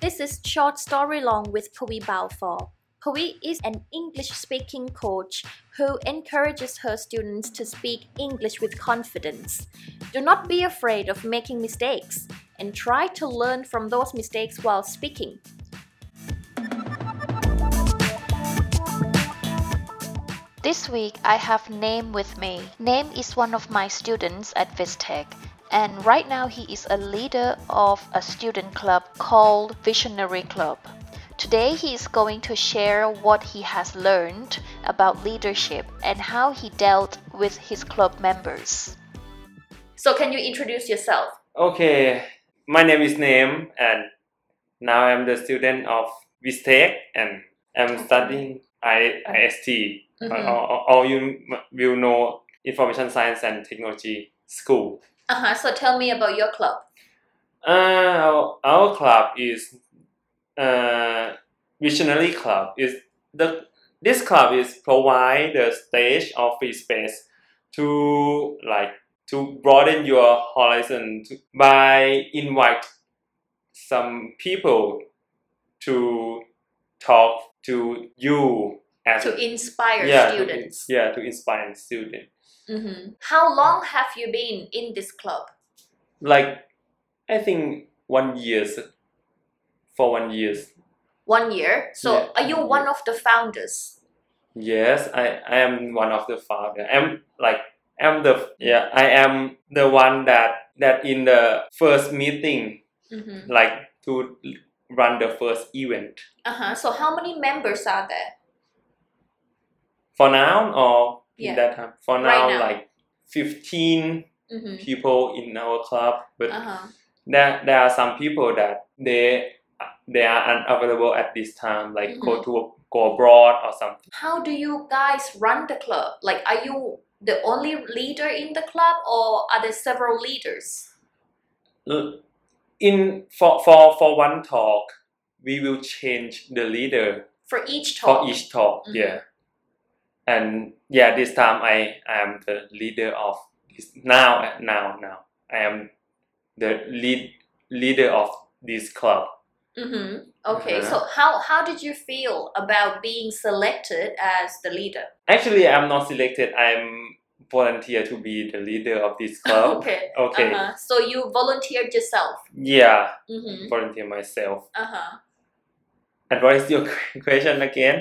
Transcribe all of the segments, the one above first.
This is short story long with Pui Balfour. Pui is an English-speaking coach who encourages her students to speak English with confidence. Do not be afraid of making mistakes and try to learn from those mistakes while speaking. This week I have Name with me. Name is one of my students at Vistech. And right now, he is a leader of a student club called Visionary Club. Today, he is going to share what he has learned about leadership and how he dealt with his club members. So, can you introduce yourself? Okay, my name is Naim, and now I'm the student of Vistech, and I'm studying I- IST. Mhm. or- or- or you m- will know Information Science and Technology School. Uh-huh, so, tell me about your club. Uh, our, our club is uh, Visionary Club. Is the this club is provide the stage or free space to like to broaden your horizon to, by invite some people to talk to you as To inspire yeah, Mm-hmm. to in- students. yeah to inspire students. Mhm. How long have you been in this club? Like I think one years for one years. One year. So, Yeah, are you one one year. of the founders? Yes, I, I am one of the founder. I'm like I'm the yeah I am the one that that in the first meeting Mm-hmm. like to run the first event Uh-huh. So, how many members are there? for now or Yeah. in that time for Right now, now. like fifteen Mm-hmm. people in our club, but Uh-huh. there there are some people that they they are unavailable at this time, like go Mm-hmm. to go abroad or something. How do you guys run the club? Like, are you the only leader in the club, or are there several leaders? Uh, in for for for one talk we will change the leader For each talk, for each talk Mhm. yeah and yeah this time i am the leader of this now now now i am the lead leader of this club hmm Okay, Uh-huh. so how how did you feel about being selected as the leader? actually i'm not selected i'm volunteer to be the leader of this club okay, okay Uh-huh. so you volunteered yourself. yeah Mm-hmm. volunteer myself Uh huh. and what is your question again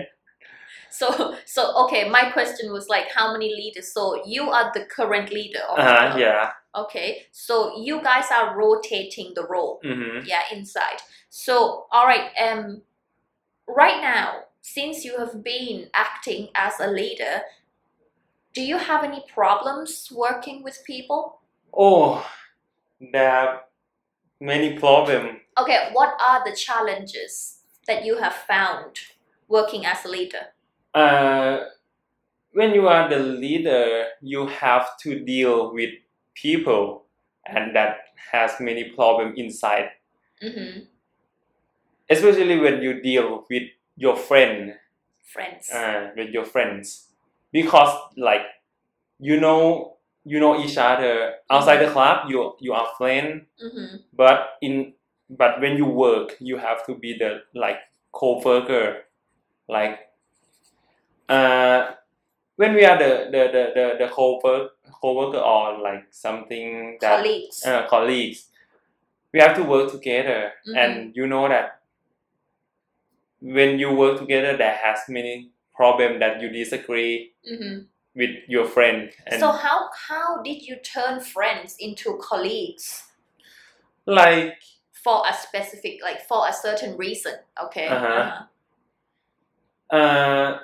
So so okay, my question was like, how many leaders? So you are the current leader of the uh club. yeah Okay, so you guys are rotating the role. mm-hmm. yeah inside so all right um right now since you have been acting as a leader do you have any problems working with people Oh, there are many problems. okay what are the challenges that you have found working as a leader Uh, when you are the leader, you have to deal with people, and that has many problems inside. mm-hmm. Especially when you deal with your friend, friends uh, with your friends, because like you know you know each other outside the club. You you are friends, mm-hmm. but in but when you work you have to be the like co-worker like uh when we are the the the the, the co-work, co-worker or like something that colleagues uh, colleagues we have to work together Mhm. and you know that when you work together there has many problem that you disagree mm-hmm. with your friend and so how how did you turn friends into colleagues like for a specific like for a certain reason okay Uh-huh. uh,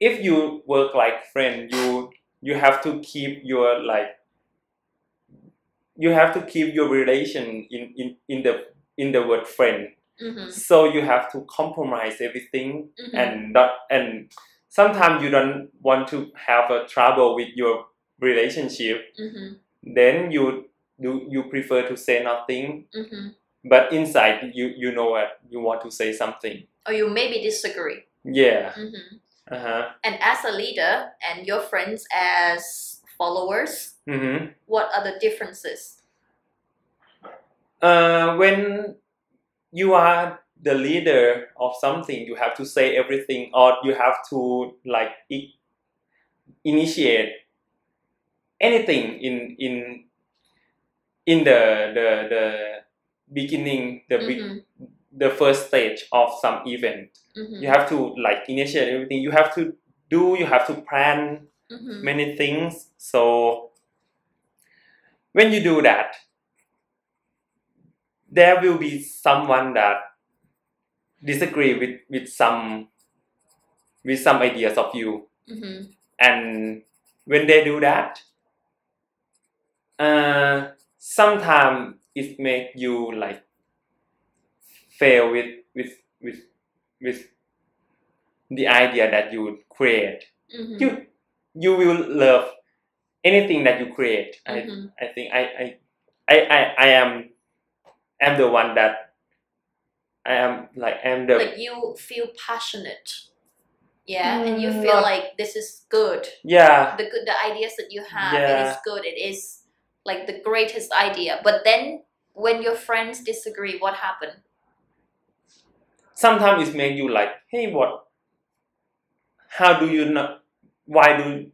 if you work like friend, you you have to keep your like you have to keep your relation in in, in the in the word friend. Mm-hmm. So you have to compromise everything Mm-hmm. and not and sometimes you don't want to have a trouble with your relationship. mm-hmm. Then you do you prefer to say nothing, Mm-hmm. but inside you you know what you want to say something. or Oh, you maybe disagree. Yeah. hmm Uh huh. And as a leader and your friends as followers, Mm-hmm. what are the differences? uh, when you are the leader of something you have to say everything or you have to like i- initiate anything in in in the the the beginning the big Mhm. the first stage of some event Mm-hmm. Mhm. you have to like initiate everything you have to do you have to plan Mm-hmm. Mhm. many things so when you do that there will be someone that disagree with with some with some ideas of you Mm-hmm. Mhm. and when they do that uh sometimes it make you like fail with with with with the idea that you create Mm-hmm. Mhm. you you will love anything that you create Mm-hmm. Mhm. i i think i i i i, I am am the one that i am like am the like you feel passionate yeah and you Mm, feel not- like this is good yeah the good the ideas that you have it is Yeah. good it is like the greatest idea but then when your friends disagree what happened sometimes it make you like hey what how do you not why do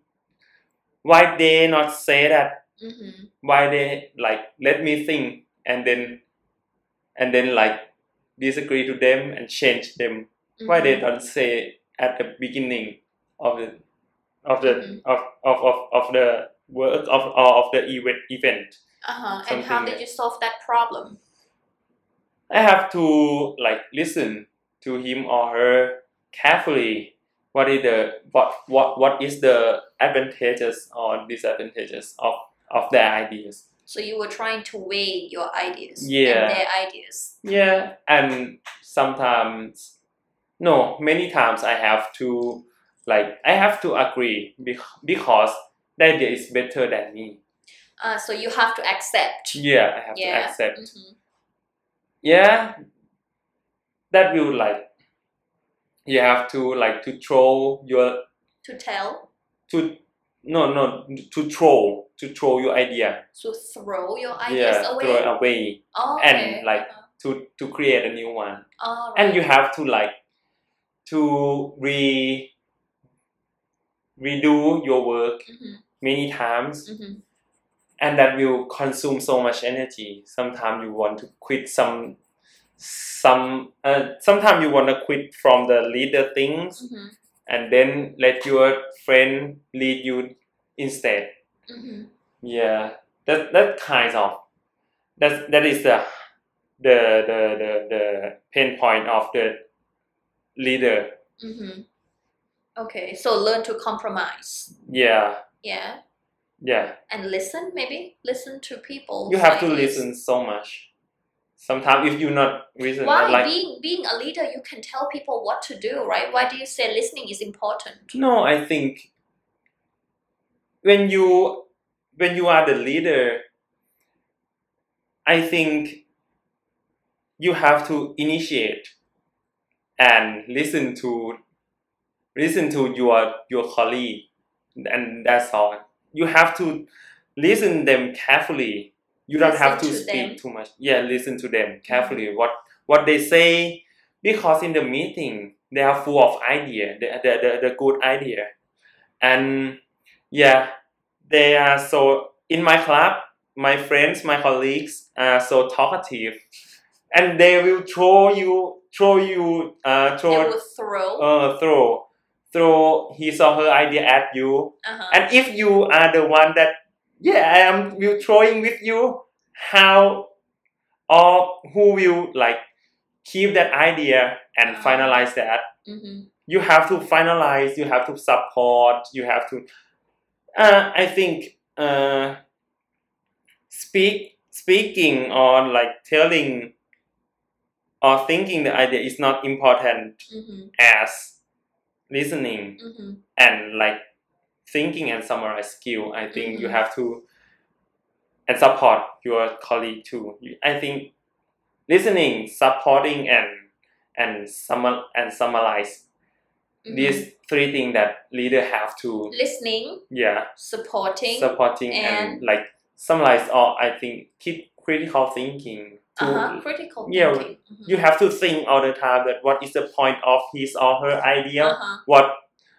why they not say that mm-hmm. why they like let me think and then and then like disagree to them and change them why they don't say at the beginning of the of the Mhm. of, of, of, of the work of or of the event event uh-huh. and how Something did that- you solve that problem i have to like listen to him or her carefully what is the what what what is the advantages or disadvantages of of their ideas so you were trying to weigh your ideas Yeah. and their ideas yeah and sometimes no many times i have to like i have to agree bec- because the idea is better than me uh, so you have to accept yeah i have Yeah. to accept Mhm. yeah that will like you have to like to throw your to tell to no no to throw to throw your idea to throw your ideas yeah away throw it away Oh, and, okay. like- Uh-huh. to to create a new one All and right. you have to like to re redo your work Mhm, many times mhm. and that will consume so much energy sometimes you want to quit some some uh, sometimes you want to quit from the leader things Mhm, and then let your friend lead you instead mhm. yeah that that kind of that that is the the the the, the pain point of the leader Mhm. Okay, so learn to compromise. yeah Yeah. yeah And listen, maybe. Listen to people. you have to listen so much sometimes if you not listen Why? like being being a leader, you can tell people what to do, right? Why do you say listening is important? no i think when you when you are the leader i think you have to initiate and listen to listen to your your colleague and that's all you have to listen them carefully you don't have to, Listen to speak them. too much yeah listen to them carefully what what they say because in the meeting they are full of idea the, the, the, the good idea and yeah they are so in my club my friends my colleagues are so talkative and they will throw you throw you uh They throw will throw. uh, throw throw his or her idea at you uh-huh. and if you are the one that yeah i am will throwing with you how or who will like keep that idea and Ah. finalize that Mhm. you have to finalize you have to support you have to uh, i think uh, speak speaking or like telling or thinking the idea is not important Mhm. as listening Mhm. and like thinking and summarize skill i think you Mhm. have to and support your colleague too You- i think listening supporting and and summar and summarize Mhm. these three things that leader have to Listening, yeah supporting, supporting and, and- like summarize all I think keep critical thinking to uh-huh. critical yeah, thinking. Mhm. you have to think all the time that what is the point of his or her idea Uh-huh. what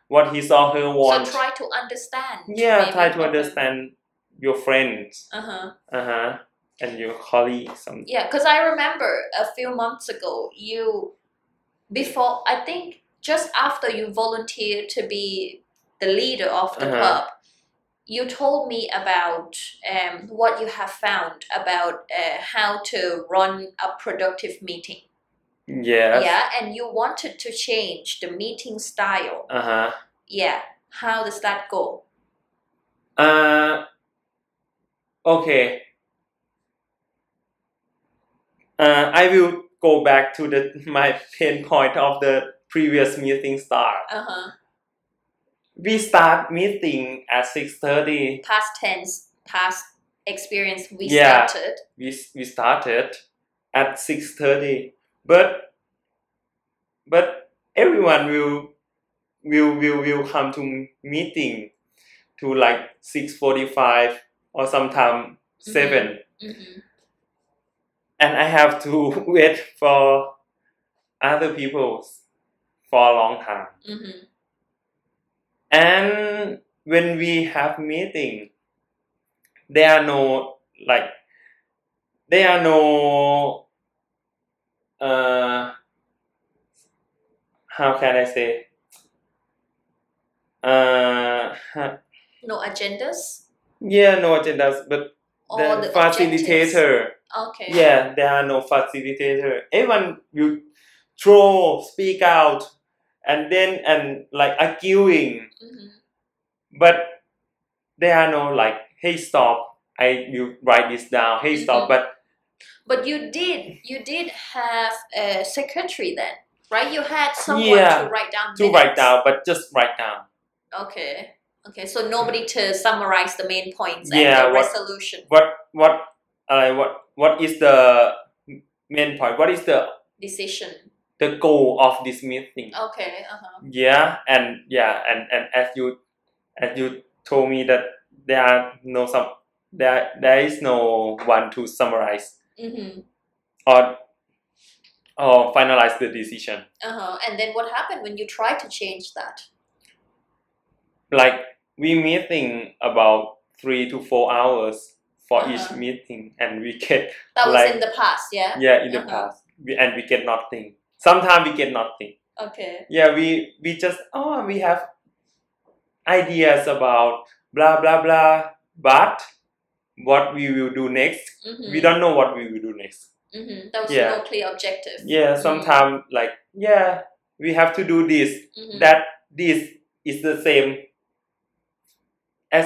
what his or her wants So try to understand. yeah maybe try to problem. understand your friends Uh-huh. uh-huh and your colleagues some Yeah, because I remember a few months ago, you, before, I think just after you volunteered to be the leader of the Uh-huh. club, you told me about um, what you have found about uh, how to run a productive meeting. yes Yeah, and you wanted to change the meeting style. uh-huh Yeah, how does that go? uh okay uh I will go back to the my pain point of the previous meeting start Uh huh. we start meeting at 6.30 Past tense, past experience we Yeah. started. we, we started at 6.30 but but everyone will will will will come to meeting to like 6.45 or sometime 7 Mm-hmm. and i have to wait for other people for a long time Mm-hmm. and when we have meeting there are no like there are no uh how can i say uh huh, No agendas. yeah no agendas but or the, the objectives? facilitator Okay. yeah there are no facilitator everyone will throw speak out and then and like arguing Mhm. but there are no like hey stop i you write this down hey Mhm. stop but But you did you did have a secretary then, right? You had someone Yeah, to write down. to minutes. write down but just write down Okay. Okay. So nobody to summarize the main points Yeah, and the what- resolution what what uh, what what is the main point what is the decision. the goal of this meeting Okay. Uh huh. yeah and yeah and and as you as you told me that there are no some there there is no one to summarize Mm-hmm. or or finalize the decision Uh huh. And then what happened when you tried to change that? like we meeting about three to four hours for each Uh-huh. meeting and we get That was Like- in the past, yeah. yeah in the Uh-huh. past we, and we get nothing sometimes we get nothing Okay. yeah we we just oh we have ideas about blah blah blah but what we will do next Mm-hmm. we don't know what we will do next Mm-hmm. That was Yeah. no clear objective. yeah Mhm. sometimes like yeah we have to do this Mm-hmm. that this is the same as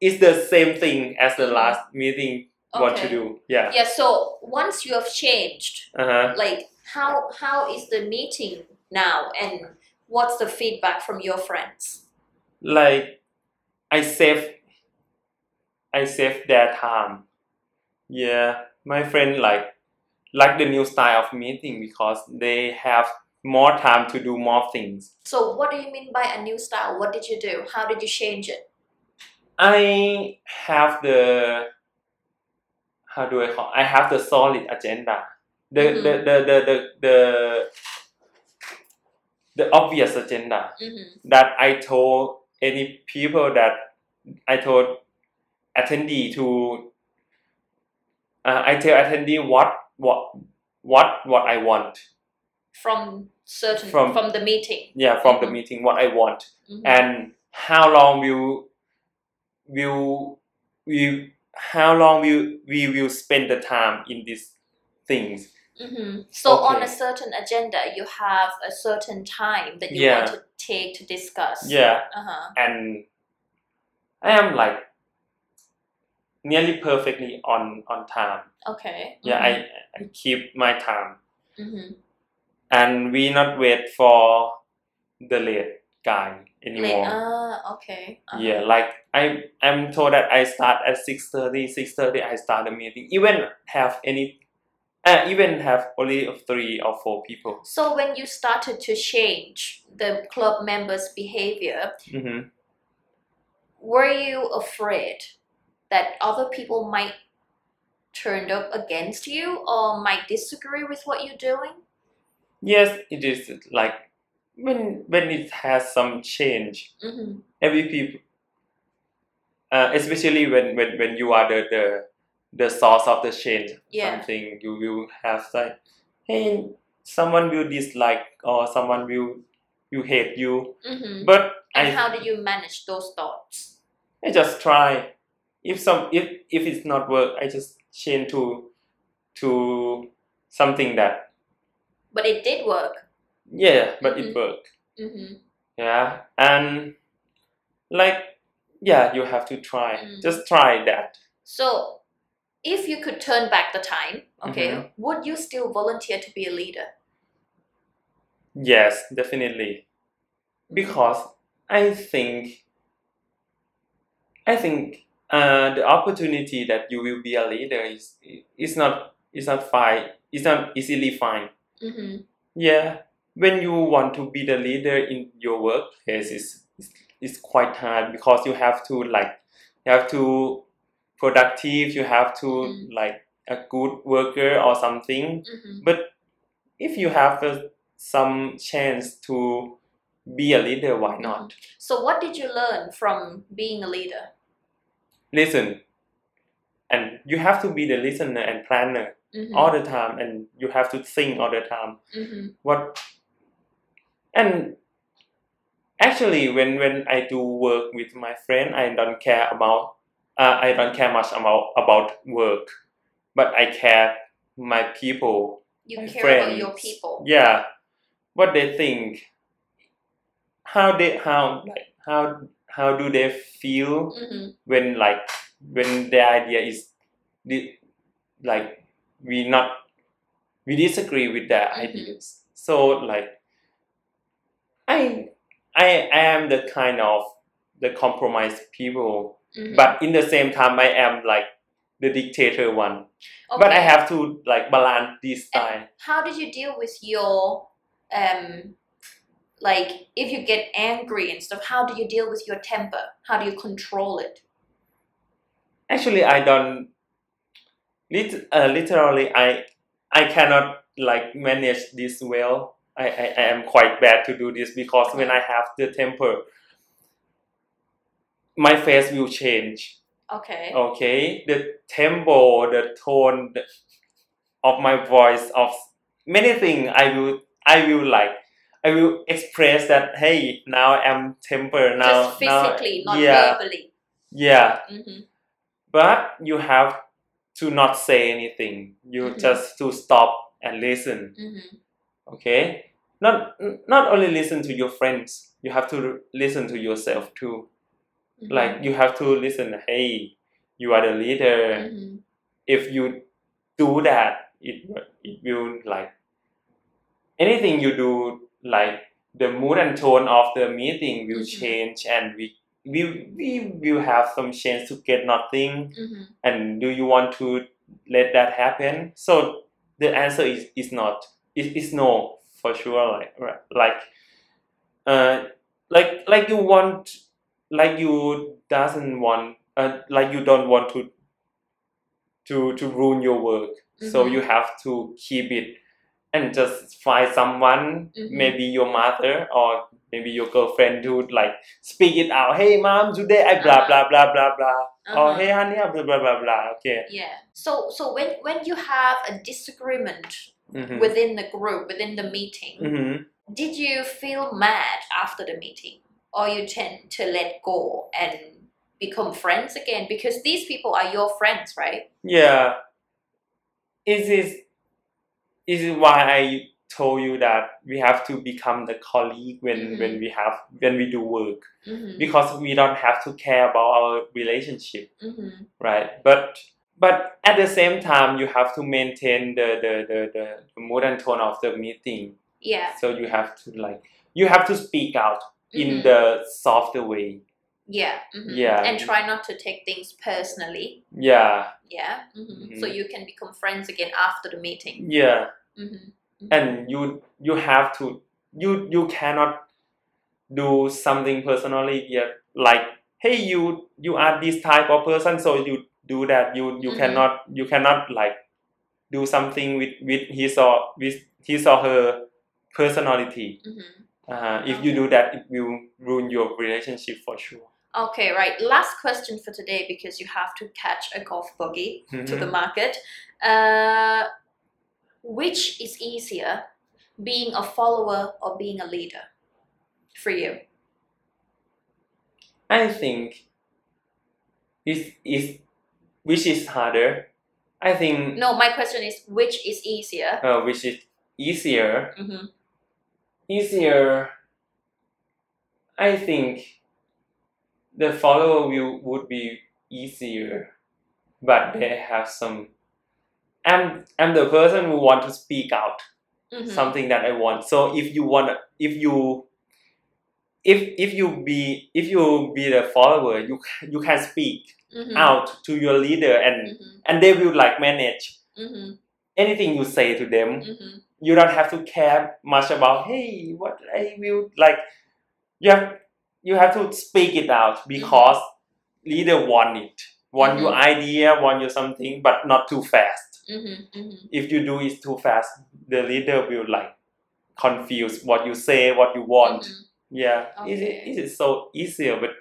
is the same thing as the last meeting what to Okay. do yeah yeah. So once you have changed, uh-huh like how how is the meeting now and what's the feedback from your friends like i save i save their time yeah my friend like like the new style of meeting because they have more time to do more things so what do you mean by a new style what did you do how did you change it i have the how do i call i have the solid agenda the Mhm. the, the, the the the the obvious agenda mm-hmm. that I told any people that I told attendee to uh, I tell attendee what what what what I want from certain from, From- the meeting yeah from the Mhm. meeting what I want Mhm. and how long will will we how long will we will spend the time in these things Mhm. so on Okay. a certain agenda you have a certain time that you Yeah. want to take to discuss yeah uh-huh and I am like nearly perfectly on on time okay yeah I, I keep my time mm-hmm. and we not wait for the late guy anymore ah okay uh-huh. yeah like i i'm told that i start at 6.30 6.30 i start the meeting even have any uh, even have only three or four people so when you started to change the club members behavior hmm were you afraid that other people might turned up against you or might disagree with what you're doing? Yes, it is like when when it has some change, Mm-hmm. every people, uh, especially when, when when you are the the the source of the change, Yeah. something you will have like, hey, someone will dislike or someone will will hate you, Mm-hmm. but And I how do you manage those thoughts? I just try. If some if if it's not work, I just change to to something that But it did work. yeah, but it Mhm. worked. Mm-hmm. Yeah, and like yeah, you have to try. Mm. Just try that. So, if you could turn back the time, okay, Mhm. would you still volunteer to be a leader? Yes, definitely. Because I think I think uh, the opportunity that you will be a leader is is not is not fine. It's not easily find. Mm-hmm. Yeah, when you want to be the leader in your workplace, it's, it's, it's quite hard because you have to like you have to productive, you have to Mhm. like a good worker or something. Mm-hmm. But if you have uh, some chance to be a leader, why not? So, what did you learn from being a leader? Listen, and you have to be the listener and planner Mm-hmm. all the time, and you have to think all the time. mm-hmm. What and actually when when i do work with my friend i don't care about uh, i don't care much about about work but i care my people You my care about friends your people. yeah what they think how they how like how how do they feel Mm-hmm. when like when their idea is di- like we not we disagree with their Mhm. ideas so like I I am the kind of the compromise people, Mm-hmm. but in the same time I am like the dictator one. But I have to like balance this And- time. how did you deal with your um like if you get angry and stuff how do you deal with your temper how do you control it Actually, I don't. Lit- uh, literally, I I cannot like manage this well. I, I, I am quite bad to do this because when I have the temper, my face will change. okay Oh, Okay, the tempo, the tone the- of my voice, of many things, I will, I will like, I will express that. Hey, now I'm temper. Now, just physically now, not yeah, verbally yeah. hmm But you have to not say anything. You Mhm. just to stop and listen. hmm Okay, not not only listen to your friends. You have to listen to yourself too. mm-hmm. Like you have to listen. Hey, you are the leader. hmm if you do that it it will like anything you do like the mood and tone of the meeting will Mhm. change and we we we will have some chance to get nothing hmm and do you want to let that happen so the answer is is not it is no for sure like right, like uh like like you want like you doesn't want uh, like you don't want to to to ruin your work so Mhm. you have to keep it and just find someone Mhm. maybe your mother or maybe your girlfriend to like speak it out hey mom today i blah Uh-huh. blah blah blah blah or Uh-huh. Oh, hey honey I blah blah blah blah okay yeah so so when when you have a disagreement mm-hmm. within the group within the meeting mm-hmm. did you feel mad after the meeting or you tend to let go and become friends again because these people are your friends right yeah is this is it why i told you that we have to become the colleague when Mhm. when we have when we do work mm-hmm. because we don't have to care about our relationship Mm-hmm. right but but at the same time you have to maintain the the, the, the, the mood and tone of the meeting yeah so you have to like you have to speak out in Mhm. the softer way yeah mhm. Yeah. and try not to take things personally yeah yeah mm-hmm. so Mhm. you can become friends again after the meeting yeah mm-hmm. and you you have to you you cannot do something personally yet like hey you you are this type of person so you do that you you Mhm. cannot you cannot like do something with with his or with his or her personality hmm Mm-hmm. uh, if you do that it will ruin your relationship for sure Okay, right. Last question for today because you have to catch a golf buggy to the Mhm. market. Uh, which is easier, being a follower or being a leader for you? i think is is which is harder i think No, my question is which is easier? uh, which is easier Mm-hmm. hmm easier i think the follower will would be easier but they have some i'm i'm the person who want to speak out Mm-hmm. hmm something that i want so if you want if you if if you be if you be the follower you ca- you can speak Mm-hmm. hmm out to your leader and hmm and they will like manage hmm Mm-hmm. anything you say to them hmm you don't have to care much about hey what I will like you have you have to speak it out because leader want it want your idea want your something but not too fast hmm if you do it too fast the leader will like confuse what you say what you want Mm-hmm. yeah it, Okay. is- it is so easier but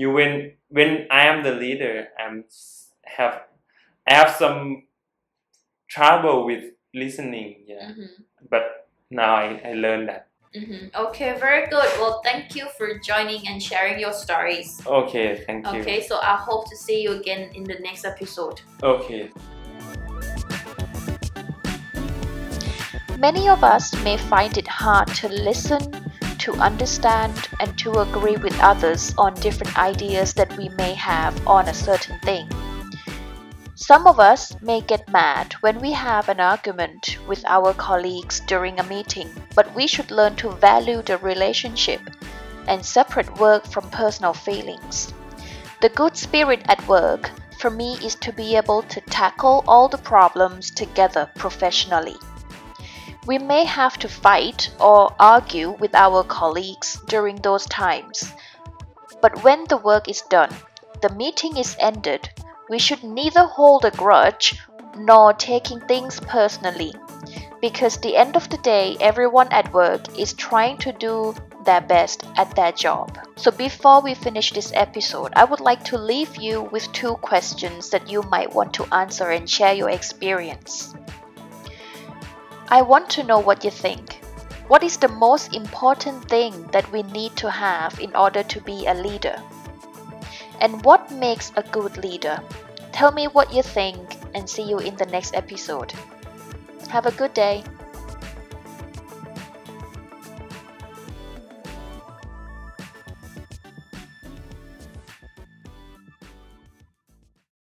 you when when I am the leader I'm s- have I have some trouble with listening yeah hmm but now I, I learned that. hmm Okay, very good. Well, thank you for joining and sharing your stories. Okay, thank you. Okay, so I hope to see you again in the next episode. Okay. Many of us may find it hard to listen, to understand, and to agree with others on different ideas that we may have on a certain thing. Some of us may get mad when we have an argument with our colleagues during a meeting, but we should learn to value the relationship and separate work from personal feelings. The good spirit at work for me is to be able to tackle all the problems together professionally. We may have to fight or argue with our colleagues during those times. But when the work is done, the meeting is ended, we should neither hold a grudge nor taking things personally. Because the end of the day, everyone at work is trying to do their best at their job. So before we finish this episode, I would like to leave you with two questions that you might want to answer and share your experience. I want to know what you think. What is the most important thing that we need to have in order to be a leader? And what makes a good leader? Tell me what you think and see you in the next episode. Have a good day.